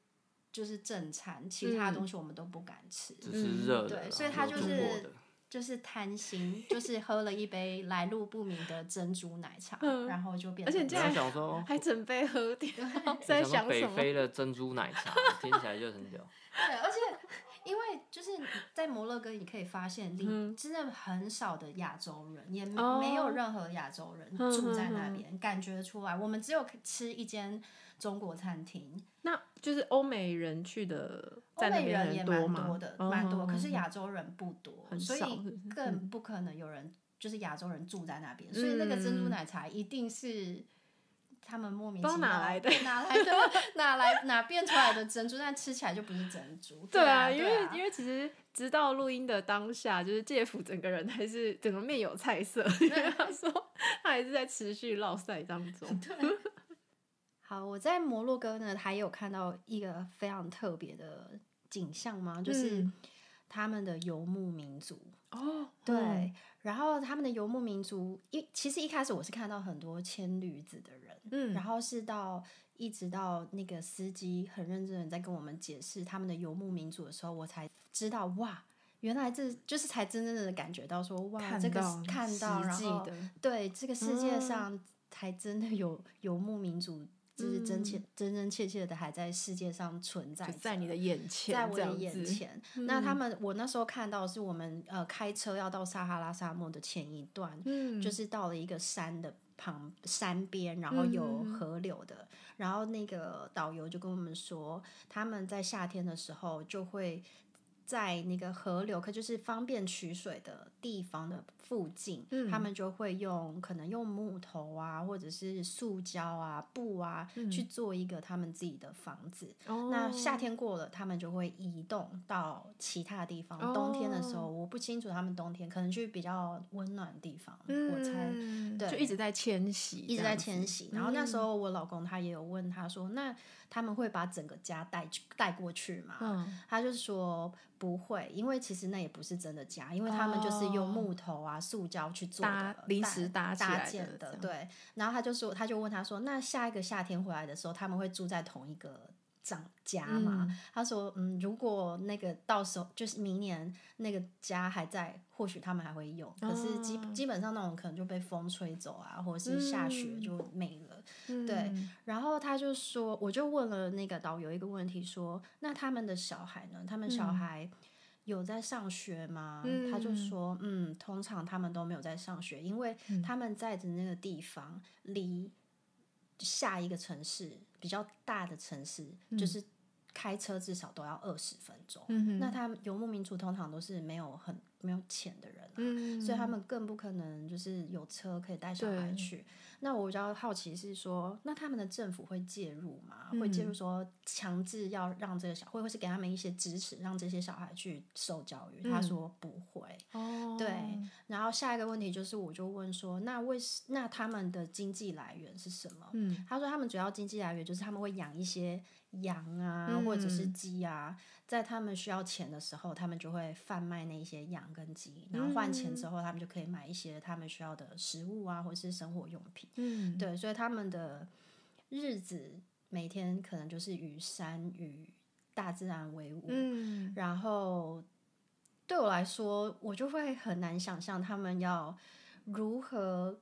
就是正餐，其他
嗯
东西我们都不敢吃。
只
嗯
是热的啦，
对所以它
没有
就
中
是
国的
就是贪心，就是喝了一杯来路不明的珍珠奶茶，
嗯
然后就变
而
成
且
这
这
我
样
样
在想说，
还整杯喝掉，
我
在
说
想
北
什么？
非的珍珠奶茶听起来就很 屌。
对，而且因为就是在摩洛哥，你可以发现，你
嗯
真的很少的亚洲人，也没
哦
没有任何亚洲人
嗯
住在那
嗯嗯
边，感觉出来。我们只有吃一间中国餐厅，
那就是欧美人去的，
欧
在那
美
边
人也
人
蛮
吗？
多的，蛮多。
哦
可是亚洲人不多，
很
所
少嗯
以
是不是
更不可能有人就是亚洲人住在那边，所以那个珍珠奶茶一定是。他们莫名
嗯不
其
知道
妙
哪来的
哪来的 哪来哪变出来的珍珠，但吃起来就不是珍珠。
对
啊，
啊，
对
因为
啊
因为其实直到录音的当下，就是介甫整个人还是整个面有菜色，因为他说他还是在持续落赛当 中。
好，我在摩洛哥呢，还有看到一个非常特别的景象嘛，就是
嗯
他们的游牧民族。
哦，
对，然后他们的游牧民族一其实一开始我是看到很多牵驴子的人，
嗯，
然后是到一直到那个司机很认真的在跟我们解释他们的游牧民族的时候，我才知道哇，原来这就是才真正的感觉到说哇，
看
这个
到
是看到，
实
然
际
后
的
对这个世界
嗯
上还真的有游牧民族，就是真切、真真切切的还在世界上存在
嗯就
着，
在你的眼前，
在我
这
的
样
眼
子，嗯
前。那他们，我那时候看到是我们呃开车要到撒哈拉沙漠的前一段，
嗯，
就是到了一个山的旁山边，然后有
嗯嗯嗯
河流的。然后那个导游就跟我们说，他们在夏天的时候就会在那个河流，可就是方便取水的地方的附近，
嗯
他们就会用可能用木头啊，或者是塑胶啊、布啊、去做一个他们自己的房子。
嗯哦
那夏天过了，他们就会移动到其他地方。冬天的时候，
哦
我不清楚他们冬天可能去比较温暖的地方，我猜
嗯
对
就一直在迁徙，
一直在迁徙。
徙，
然后那时候我老公他也有问他说：“那他们会把整个家带去带过去吗？”
嗯，
他就说不会，因为其实那也不是真的家，因为他们就是用
哦
木头啊、塑胶去做
搭
的，
临
搭
时搭起
搭
来的
建的。
这
对，然后他就说，他就问他说，那下一个夏天回来的时候，他们会住在同一个长家吗？
嗯
他说，嗯，如果那个到时候就是明年那个家还在，或许他们还会用，可是基、
哦
基本上那种可能就被风吹走啊，或者是下雪
嗯
就没了。
嗯
对，然后他就说，我就问了那个导游一个问题说，那他们的小孩呢？他们小
嗯
孩有在上学吗？他就
嗯
说，嗯，通常他们都没有在上学，因为他们在的那个地方离下一个城市比较大的城市，就是开车至少都要二十分钟。
嗯哼
那他们游牧民族通常都是没有很没有钱的人、啊，
嗯，
所以他们更不可能就是有车可以带小孩
对
去。那我比较好奇是说，那他们的政府会介入吗？会
嗯
介入说强制要让这个小，或者是给他们一些支持，让这些小孩去受教育？他
嗯
说不会。
哦，
对然后下一个问题就是，我就问说，那为什那他们的经济来源是什么？
嗯，
他说他们主要经济来源就是他们会养一些羊啊，
嗯
或者是鸡啊，在他们需要钱的时候，他们就会贩卖那一些羊跟鸡，然后换钱
嗯
之后，他们就可以买一些他们需要的食物啊，或者是生活用品。
嗯，
对，所以他们的日子每天可能就是与山与大自然为伍，
嗯，
然后对我来说，我就会很难想象他们要如何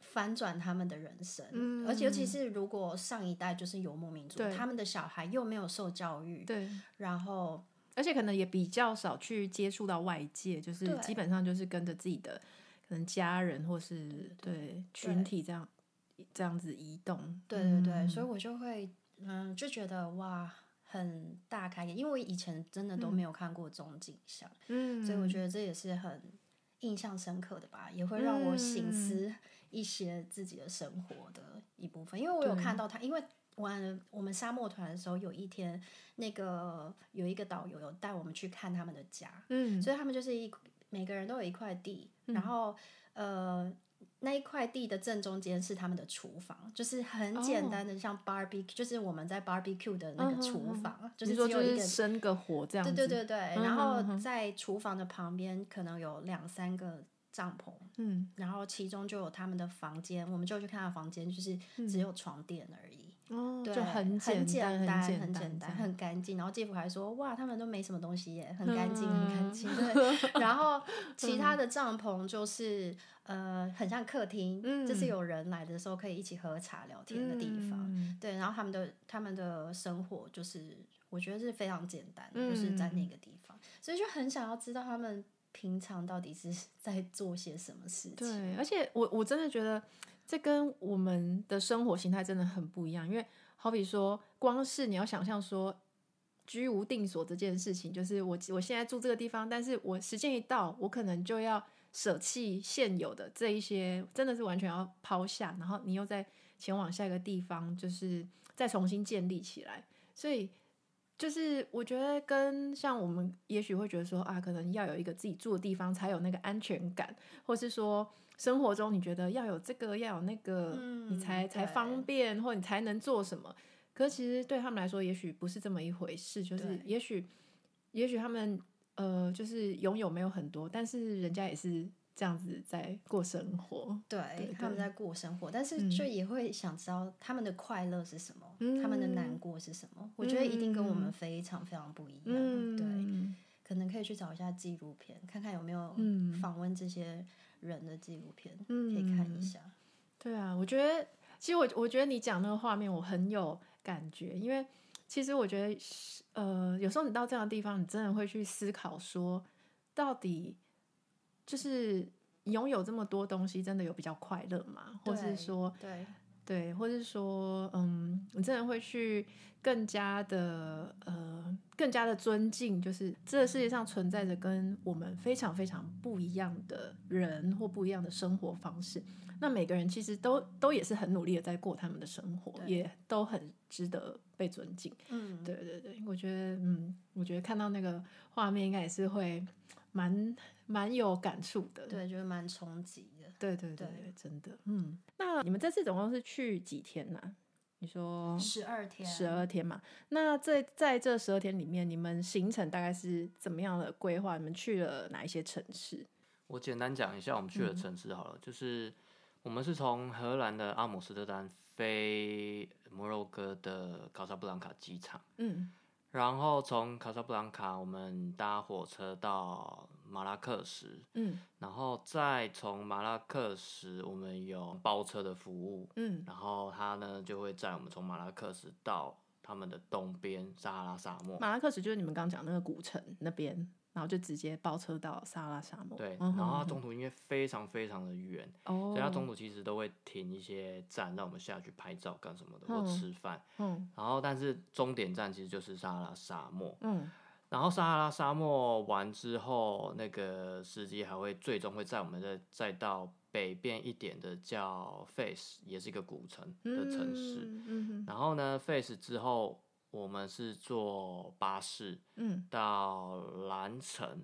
翻转他们的人生，
嗯
而且尤其是如果上一代就是游牧民族，
对
他们的小孩又没有受教育，
对，
然后
而且可能也比较少去接触到外界，就是
对
基本上就是跟着自己的可能家人或是
对
对群体这样这样子移动。
对对对，
嗯
所以我就会嗯就觉得哇。很大开眼，因为我以前真的都没有看过这种景象，
嗯，
所以我觉得这也是很印象深刻的吧，也会让我
嗯
醒思一些自己的生活的一部分。因为我有
对
看到他，因为玩我们沙漠团的时候，有一天那个有一个导游有带我们去看他们的家，
嗯，
所以他们就是一每个人都有一块地，然后呃。那一块地的正中间是他们的厨房，就是很简
哦
单的，像 barbecue，、就是我们在 barbecue 的那
嗯
个
哼
厨
哼
房，就
你
是
说
只
就
有一
是
个
生个火这样子，
对对对对，
嗯
然
嗯
后
嗯
在厨房的旁边可能有两三个帐篷，
嗯，
然后其中就有他们的房间，我们就去看他的房间，就是只有床垫而已，
嗯哦，
对，
就很
简
单，
单，
简
很
简
单，很干净。然后继父还说，哇，他们都没什么东西耶，很干净，很干净。
嗯
对，然后其他的帐篷就是呃，很像客厅，
嗯
就是有人来的时候可以一起喝茶聊天的地方。
嗯
对，然后他们的他们的生活就是，我觉得是非常简单的，就是在
嗯
那个地方，所以就很想要知道他们平常到底是在做些什么事情。
对，而且我我真的觉得这跟我们的生活形态真的很不一样，因为好比说，光是你要想象说居无定所这件事情，就是我我现在住这个地方，但是我时间一到，我可能就要舍弃现有的这一些，真的是完全要抛下，然后你又再前往下一个地方，就是再重新建立起来，所以。就是我觉得跟像我们也许会觉得说啊，可能要有一个自己住的地方才有那个安全感，或是说生活中你觉得要有这个要有那个，
嗯
你才才
对
方便，或你才能做什么。可是其实对他们来说，也许不是这么一回事，就是
对
也许也许他们呃，就是拥有没有很多，但是人家也是这样子在过生活。对
对，他们
对
在过生活，但是
嗯
就也会想知道他们的快乐是什么，
嗯
他们的难过是什么。我觉得一定跟我
嗯
们非常非常不一样。啊对，
嗯，
可能可以去找一下纪录片，看看有没有
嗯
访问这些人的纪录片，
嗯
可以看一下。
对啊，我觉得其实我我觉得你讲那个画面我很有感觉，因为其实我觉得是呃，有时候你到这样的地方，你真的会去思考说，到底就是拥有这么多东西，真的有比较快乐吗？或是
对
说，
对，
对，或是说，嗯，你真的会去更加的呃，更加的尊敬，就是这个世界上存在着跟我们非常非常不一样的人或不一样的生活方式。那每个人其实都都也是很努力的在过他们的生活，
对
也都很值得被尊敬。
嗯，
对对对，我觉得，嗯，我觉得看到那个画面，应该也是会蛮蛮有感触的。
对，就是蛮冲击的。
对对对，
对
真的，嗯。那你们这次总共是去几天呢、你说
十二天，
十二天嘛？那这在这十二天里面，你们行程大概是怎么样的规划？你们去了哪一些城市？
我简单讲一下我们去
嗯
的城市好了，就是我们是从荷兰的阿姆斯特丹飞摩洛哥的卡萨布兰卡机场，
嗯
然后从卡萨布兰卡我们搭火车到马拉克什，
嗯
然后再从马拉克什我们有包车的服务，
嗯
然后他呢就会载我们从马拉克什到他们的东边撒哈拉沙漠。
马拉克什就是你们刚讲那个古城那边，然后就直接包车到撒哈拉沙漠。
对，
嗯
然后它
哼
中途因为非常非常的远，
哦，
所以它中途其实都会停一些站，让我们下去拍照干什么的，或
嗯
吃饭。
嗯
然后，但是终点站其实就是撒哈拉沙漠。
嗯
然后撒哈拉沙漠完之后，那个司机还会最终会载我们再再到北边一点的叫 Face，也是一个古城的城市。
嗯嗯哼
然后呢，Face 之后我们是坐巴士
嗯
到蓝城，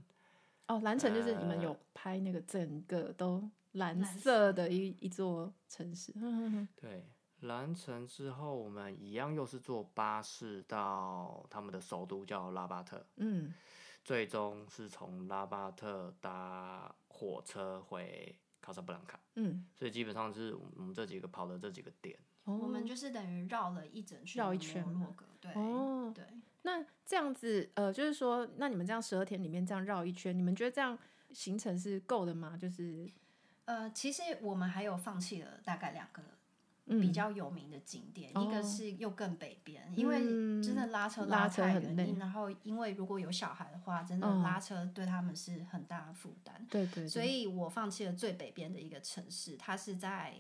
哦，蓝城就是你们有
呃
拍那个整个都蓝
蓝
色的一一座城市。嗯嗯嗯
对，蓝城之后，我们一样又是坐巴士到他们的首都叫拉巴特，
嗯。
最终是从拉巴特搭火车回卡萨布兰卡，
嗯，
所以基本上是我们这几个跑的这几个点。
哦
我们就是是等于绕了一整圈，
绕一圈
摩
了
洛哥，对，
哦
对，
那这样子，呃，就是说，那你们这样十二天里面这样绕一圈，你们觉得这样行程是够的吗？就是、
呃，其实我们还有放弃了大概两个
嗯、
比较有名的景点，一
哦嗯
个是又更北边，因为真的拉车
拉
拉
车
太
很
远
累，
然后因为如果有小孩的话，真的
嗯
拉车对他们是很大的负担，
对对对
所以我放弃了最北边的一个城市，它是在。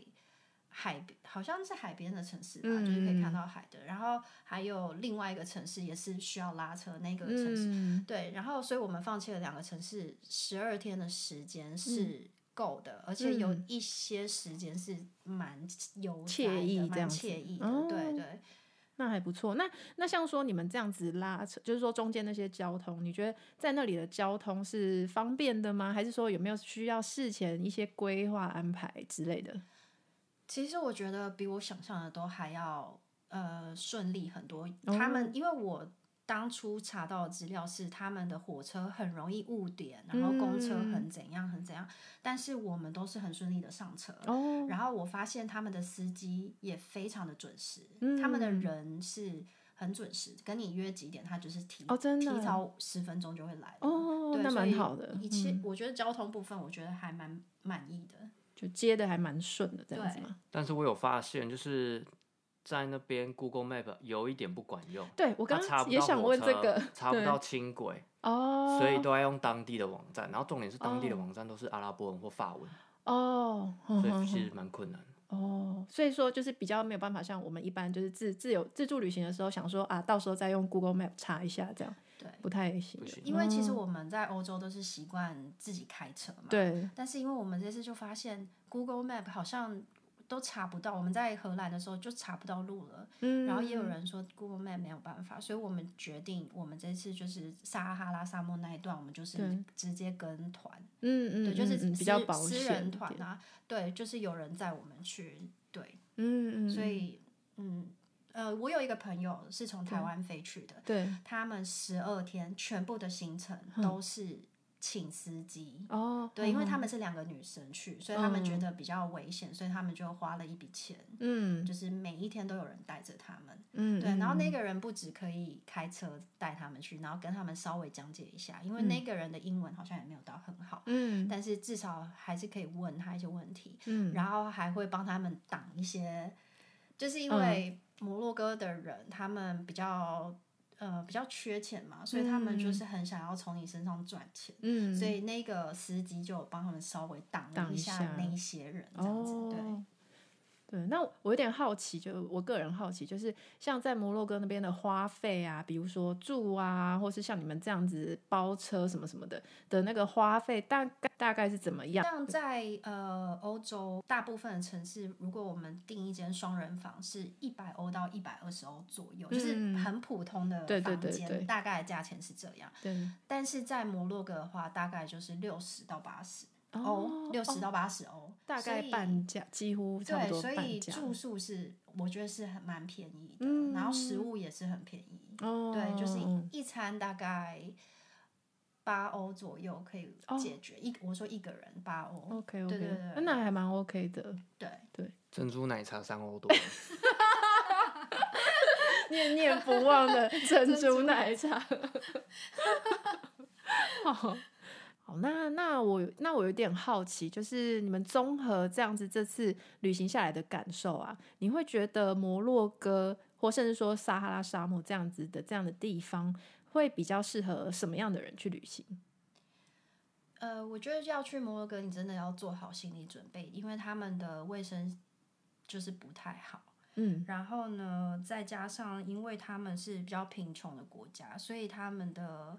海边好像是海边的城市吧，
嗯
就是可以看到海的。然后还有另外一个城市也是需要拉车，那个城市、
嗯
对，然后所以我们放弃了两个城市，十二天的时间是够的，而且有
嗯
一些时间是蛮悠
惬
哉的
意这样
蛮
子
惬意的，
哦
对对。
那还不错。那那像说你们这样子拉扯，就是说中间那些交通，你觉得在那里的交通是方便的吗？还是说有没有需要事前一些规划安排之类的？
其实我觉得比我想象的都还要呃顺利很多。他
哦
们因为我当初查到的资料是他们的火车很容易误点，然后公车
嗯
很怎样很怎样，但是我们都是很顺利的上车。
哦，
然后我发现他们的司机也非常的准时，他们的
嗯
人是很准时，跟你约几点，他就是提
哦真的
提早十分钟就会来了
哦
对，
那
所
蛮
以
好的
一切、
嗯
我觉得交通部分，我觉得还蛮满意的。
就接的还蛮顺的这样子
对
嘛。
但是我有发现，就是在那边 Google Map 有一点不管用，
对我
它
刚
查
刚
啊不
也
到
想
火
问这
车
个，
查不
对
到轻轨，
哦，
所以都要用当地的网站。然后重点是当地的
哦
网站都是阿拉伯文或法文，
哦，
所
哼
以
哼
其
哼
实蛮困难的。
哦，所以说就是比较没有办法像我们一般，就是自自由自助旅行的时候，想说啊，到时候再用 Google Map 查一下，这样
对，
不太行
不
的。
行
因为其实
哦
我们在欧洲都是习惯自己开车嘛，。
对
但是因为我们这次就发现 Google Map 好像都查不到，我们在荷兰的时候就查不到路了。
嗯
然后也有人说 Google Map 没有办法，所以我们决定，我们这次就是撒哈拉沙漠那一段，我们就是
对
直接跟团，
嗯嗯
对，就是
嗯嗯
私
比较保
私
险一
人团啊
点
啊，对，就是有人载我们去，对，
嗯嗯，
所以嗯，呃，我有一个朋友是从台湾飞去的，
对，
他们十二天全部的行程都是请司机。
哦，
对，因为他
们，
们是两个女生去，所以他们觉得比较危险，所以他们就花了一笔钱，
嗯
就是每一天都有人带着他们。
嗯，
对，然后那
个，
个人不只可以开车带他们去，然后跟他们稍微讲解一下，因为那个人的英文好像也没有到很好，
嗯
但是至少还是可以问他一些问题，
嗯，
然后还会帮他们挡一些，就是
嗯
因为摩洛哥的人他们比较呃比较缺钱嘛，所以他们就是很想要从你身上赚钱。
嗯，
所以那个司机就帮他们稍微挡了
挡一
下
下
那一些人，这样子、对。
哦对，那我有点好奇，就我个人好奇，就是像在摩洛哥那边的花费啊，比如说住啊，或是像你们这样子包车什么什么的的那个花费，大概大概是怎么样？
像在呃欧洲大部分的城市，如果我们订一间双人房是一百欧到一百二十欧左右，就是
嗯
很普通的
对对
房
对对
间，大概的价钱是这样。
对，
但是在摩洛哥的话，大概就是六十到八十欧，六十
哦
到八十欧，
大概
所以
半价，几乎差不
对，
多
所
半
以
价。
住宿是我觉得是很蛮便宜的，
嗯
然后食物也是很便宜，
哦，
对，就是
嗯
一餐大概八欧左右可以
哦
解决、一，我说一个人八欧，
OK
对
OK，
对对
那还蛮 OK 的。
对，
珍珠奶茶三欧多，
念念不忘 的珍珠奶茶。好，好，那那我那我有点好奇，就是你们综合这样子这次旅行下来的感受啊，你会觉得摩洛哥或甚至说撒哈拉沙漠这样子的这样的地方，会比较适合什么样的人去旅行？
呃，我觉得要去摩洛哥，你真的要做好心理准备，因为他们的卫生就是不太好。
嗯
然后呢，再加上因为他们是比较贫穷的国家，所以他们的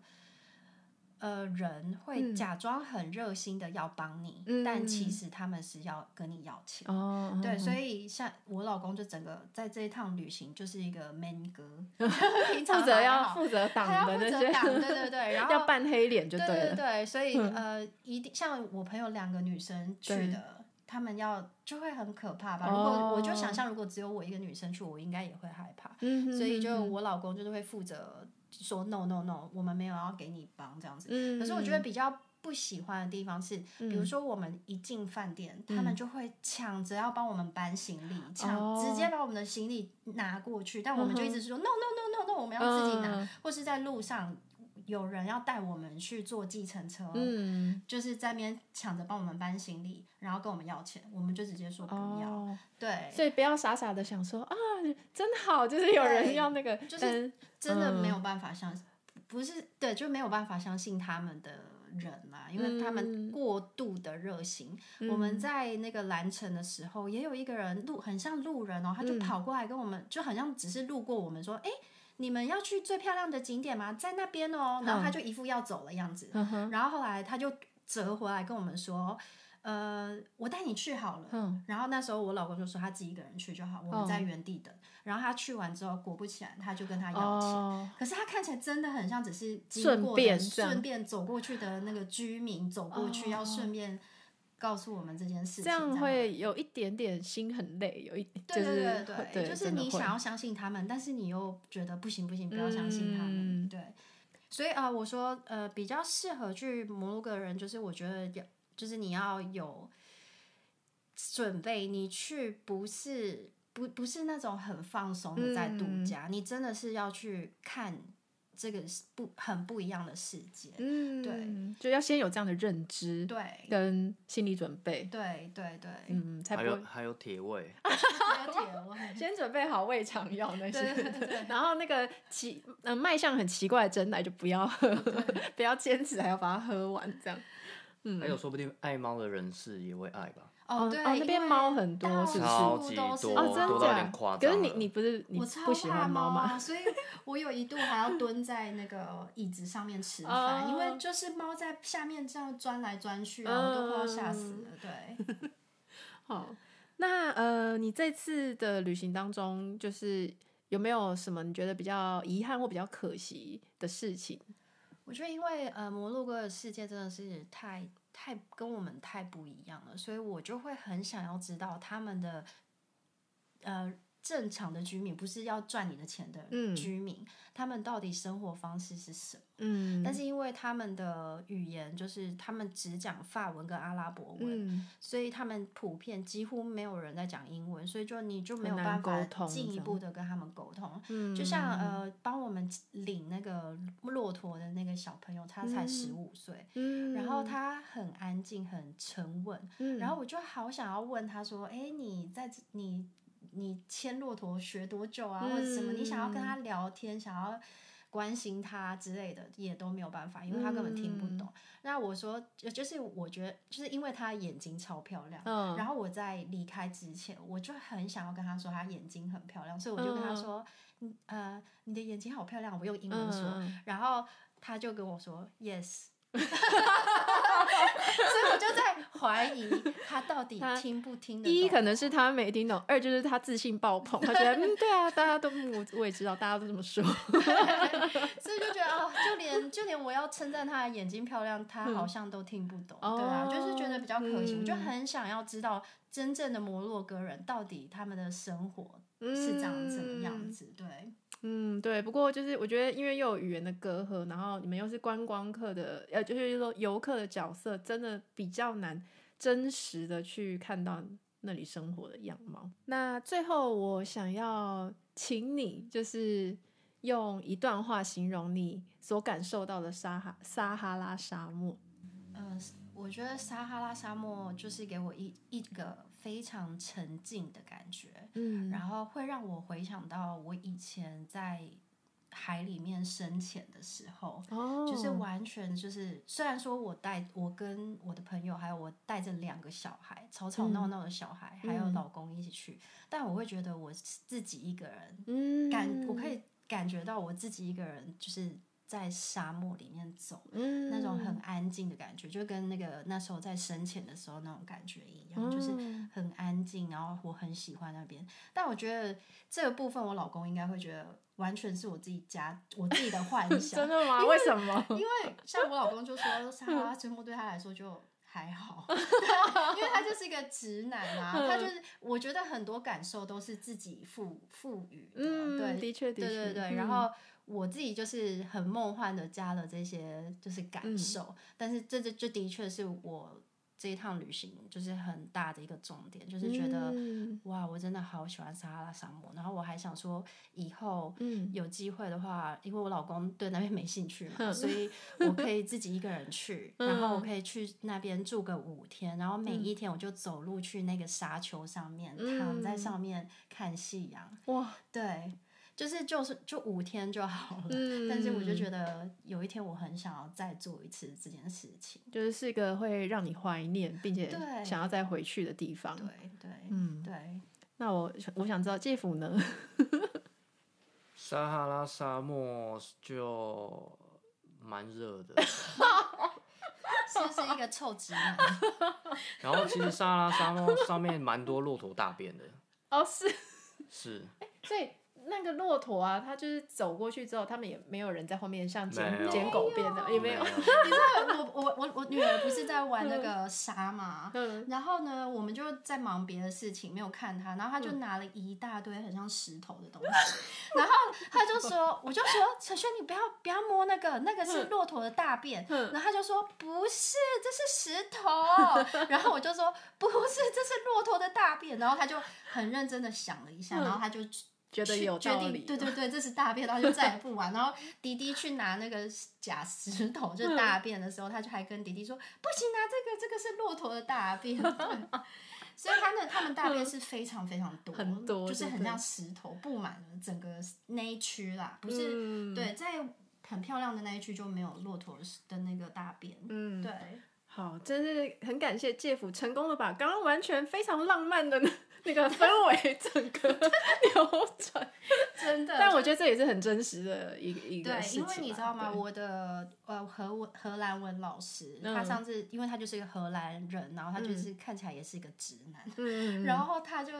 呃人会
嗯
假装很热心的要帮你，
嗯
但其实他们是要跟你要钱。
哦，
对，所
以
以像我老公就整个在这一趟旅行就是一个 man 哥， 平常
负责
还
要
好
负责
还
挡
要
的
负责
那些，
挡 对对对，然后
要扮黑脸就
对
了。
对
嗯
对，所以呃，一定像我朋友两个女生去的，她们要就会很可怕吧？如
哦
果我就想象，如果只有我一个女生去，我应该也会害怕。
嗯哼
所以就
哼哼
我老公就是会负责说 no no no，我们没有要给你帮这样子。
嗯，
可是我觉得比较不喜欢的地方是，比如
嗯
说我们一进饭店，他们就会抢着要帮我们搬行李，抢
哦
直接把我们的行李拿过去，但我们就一直说 no no no no no，我们要自己拿
嗯，
或是在路上有人要带我们去坐计程车。
嗯，
就是在那边抢着帮我们搬行李，然后跟我们要钱，我们就直接说不要。
哦，
对，
所以不要傻傻的想说啊，真好，就是有人要那个，嗯
就是
是
真的没有办法相，不是对，就没有办法相信他们的人啦，因为他
嗯
们过度的热心。我们在那个蓝城的时候，也有一个人路很像路人哦，他就
嗯
跑过来跟我们，就很像只是路过我们说，哎、你们要去最漂亮的景点吗？在那边哦，然后他就一副要走的样子，
嗯哼，
然后后来他就折回来跟我们说，呃，我带你去好了。
嗯
然后那时候我老公就说他自己一个人去就好，我
哦
们在原地等。然后他去完之后，果不其然，他就跟他要钱。
哦，
可是他看起来真的很像只是经
顺
过的
便这样
顺便走过去的那个居民走过去，
哦
要顺便告诉我们这件事情，
这样会有一点点心很累，有一
对
是
对对对
对，
就是
真的
你
会
想要相信他们，但是你又觉得不行不行，不要相信他们，
嗯
对。所以啊、呃我说呃，比较适合去摩洛哥的人，就是我觉得要，就是你要有准备，你去不是不不是那种很放松的在度
嗯
假，你真的是要去看这个是不很不一样的世界，
嗯，
对，
就要先有这样的认知
对
跟心理准备，
对对对，
嗯，才不
还有
会
还有铁胃，
还有铁味，
先准备好胃肠药那些，
对对对对
然后那个奇呃卖相很奇怪的真奶就不要喝， 不要坚持，还要把它喝完这样。嗯，
还有说不定爱猫的人士也会爱吧，
哦
哦对，
哦那边
因为
猫很多
到
是不是
超
处
级
都是
多
哦，真
多到有
假
点夸？
可是
张
你
了
你不是你
我
不
超
喜
怕
欢猫吗？
啊，所以我有一度还要蹲在那个椅子上面吃饭，因
哦
为就是猫在下面这样钻来钻去啊，我都快要吓死
哦
了。对，
好，那呃，你这次的旅行当中，就是有没有什么你觉得比较遗憾或比较可惜的事情？
我觉得因为呃摩洛哥的世界真的是太太跟我们太不一样了，所以我就会很想要知道他们的呃正常的居民，不是要赚你的钱的
嗯
居民，他们到底生活方式是什么？
嗯，
但是因为他们的语言就是他们只讲法文跟阿拉伯文，
嗯
所以他们普遍几乎没有人在讲英文，所以就你就没有
很
办
难沟
法
通
进
这
一
样
步的跟他们沟通。
嗯，
就像呃，帮我们领那个骆驼的那个小朋友，他才
嗯
十五岁，
嗯，
然后他很安静，很沉稳，
嗯，
然后我就好想要问他说：“哎，你在这你你牵骆驼学多久啊，或者什么？你想要跟
嗯
他聊天，想要关心他之类的，也都没有办法，因为他根本听不
嗯
懂。那我说，呃就就是我觉得，就是因为他眼睛超漂亮。
嗯，
然后我在离开之前，我就很想要跟他说他眼睛很漂亮，所以我就跟他
嗯
说：“嗯呃，你的眼睛好漂亮。”我用英文
嗯
说，
嗯
然后他就跟我说 yes，所以我就在怀疑他到底
他
听不听得懂。
一可能是他没听懂，二就是他自信爆棚，他觉得嗯对啊，大家都我我也知道，大家都这么说，
所以就觉得哦，就连就连我要称赞他的眼睛漂亮，他好像都听不懂，对啊，就是觉得比较可惜。
哦
我就很想要知道真正的摩洛哥人到底他们的生活 是长怎么样子，对，
嗯，对，不过就是我觉得，因为又有语言的隔阂，然后你们又是观光客的，呃，就是说游客的角色，真的比较难真实的去看到那里生活的样貌。那最后，我想要请你，就是用一段话形容你所感受到的撒哈撒哈拉沙漠。
嗯、我觉得撒哈拉沙漠就是给我一一个非常沉静的感觉，
嗯
然后会让我回想到我以前在海里面深潜的时候，
哦，
就是完全就是，虽然说我带我跟我的朋友还有我带着两个小孩，吵吵闹闹的小孩，还有
嗯
老公一起去，但我会觉得我自己一个人
嗯
感，我可，以感觉到我自己一个人就是在沙漠里面走。
嗯，
那种很安静的感觉，就跟那个那时候在深潜的时候那种感觉一样，就是
哦
很安静，然后我很喜欢那边。但我觉得这个部分，我老公应该会觉得完全是我自己家我自己的 幻想，
真的吗？为什么？
因为像我老公就 说，撒哈
嗯
拉沙漠对他来说就还好， 因为他就是一个直男啊，他
嗯
就是我觉得很多感受都是自己赋赋予的，
嗯
对，
的确的嗯
对对
确
对。然后我自己就是很梦幻的加了这些就是
嗯
感受，但是这这这的确是我这一趟旅行就是很大的一个重点，就是觉得。
嗯
哇，我真的好喜欢撒哈拉沙漠。然后我还想说，以后
嗯
有机会的话，因为我老公对那边没兴趣嘛，所以我可以自己一个人去，然
嗯
后我可以去那边住个五天，然后每一天我就走路去那个沙丘上面，躺在
嗯
上面看夕阳。
哇，
对，就是就是就五天就好了。但是我就
嗯
觉得有一天我很想要再做一次这件事情。
就是是一个会让你怀念，并且
对
想要再回去的地方。
对对，
嗯
对。
那我我想知道介甫呢？
撒哈拉沙漠就蛮热的，
是不是一个臭直男？
然后其实撒哈拉沙漠上面蛮多骆驼大便的，
哦，是，
是
所以那个骆驼啊，它就是走过去之后，他们也没有人在后面像
没
捡
有
捡狗便那样，也没有。
你知道我我我我女儿不是在玩那个沙吗？
嗯
然后呢，我们就在忙别的事情，没有看她。然后她就拿了一大堆很像石头的东西，然后她就说，我就说陈轩，你不要不要摸那个，那个是骆驼的大便。
嗯
然后她就说不是，这是石头。 然后我就说不是，这是骆驼的大便。然后她就很认真的想了一下，
嗯
然后她就
觉得
去
有
决
道
定
理
对对对，这是大便，然后就再也不玩。然后迪迪去拿那个假石头，
嗯
就大便的时候，他就还跟迪迪说：“不行啊，这个这个是骆驼的大 便。对”所以他的他们大便是非常非常多，
嗯很多
就是
对
很
对
像石头布满了整个那一区啦，不是、
嗯
对，在很漂亮的那一区就没有骆驼的那个大便，
嗯，
对。
好，真是很感谢介甫成功的把刚刚完全非常浪漫的那 那个氛围整 个扭转，
真的，
但我觉得这也是很真实的一个一个
对，
事情
因
啦。
为你知道吗？
对
我的呃荷文荷兰文老师，
嗯
他上次因为他就是一个荷兰人，然后他就是看起来也是一个直男，
嗯，
然后他就。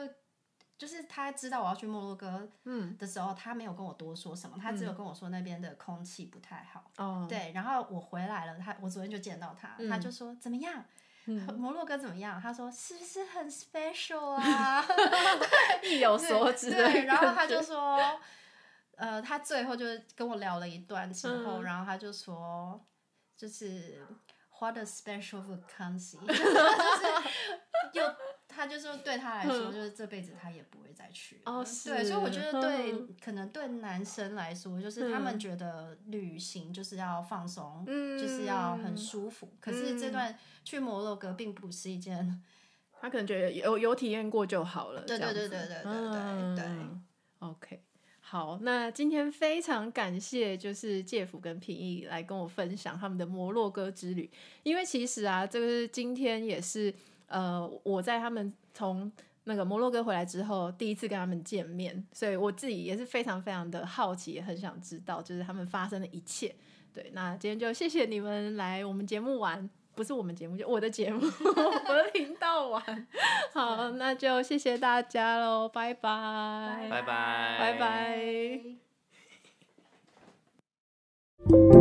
就是他知道我要去摩洛哥
嗯
的时候，他没有跟我多说什么，他只有跟我说那边的空气不太好。
哦，嗯
对，然后我回来了，他我昨天就见到他，他就说怎么样？ 摩洛哥怎么样？他说是不是很 special 啊？
意有 所指的感觉。
对，然后他就说，呃，他最后就是跟我聊了一段之后，
嗯
然后他就说，就是花的 special for c o n s 又他就说对他来说，
嗯
就是这辈子他也不会再去了。
哦
对，
是
所以我觉得对、
嗯
可能对男生来说，就是他们觉得旅行就是要放松，
嗯
就是要很舒服。可是这段去摩洛哥并不是一件，
他可能觉得有有体验过就好了。
对
这样
对
子
对对对对
嗯
对
嗯 OK，好，那今天非常感谢就是介甫跟平易来跟我分享他们的摩洛哥之旅，因为其实啊，这个今天也是呃我在他们从。那个摩洛哥回来之后，第一次跟他们见面，所以我自己也是非常非常的好奇，也很想知道就是他们发生的一切。对，那今天就谢谢你们来我们节目玩，不是我们节目，就我的节目， 我的频道玩。好，那就谢谢大家喽，拜拜，
拜拜
拜拜
拜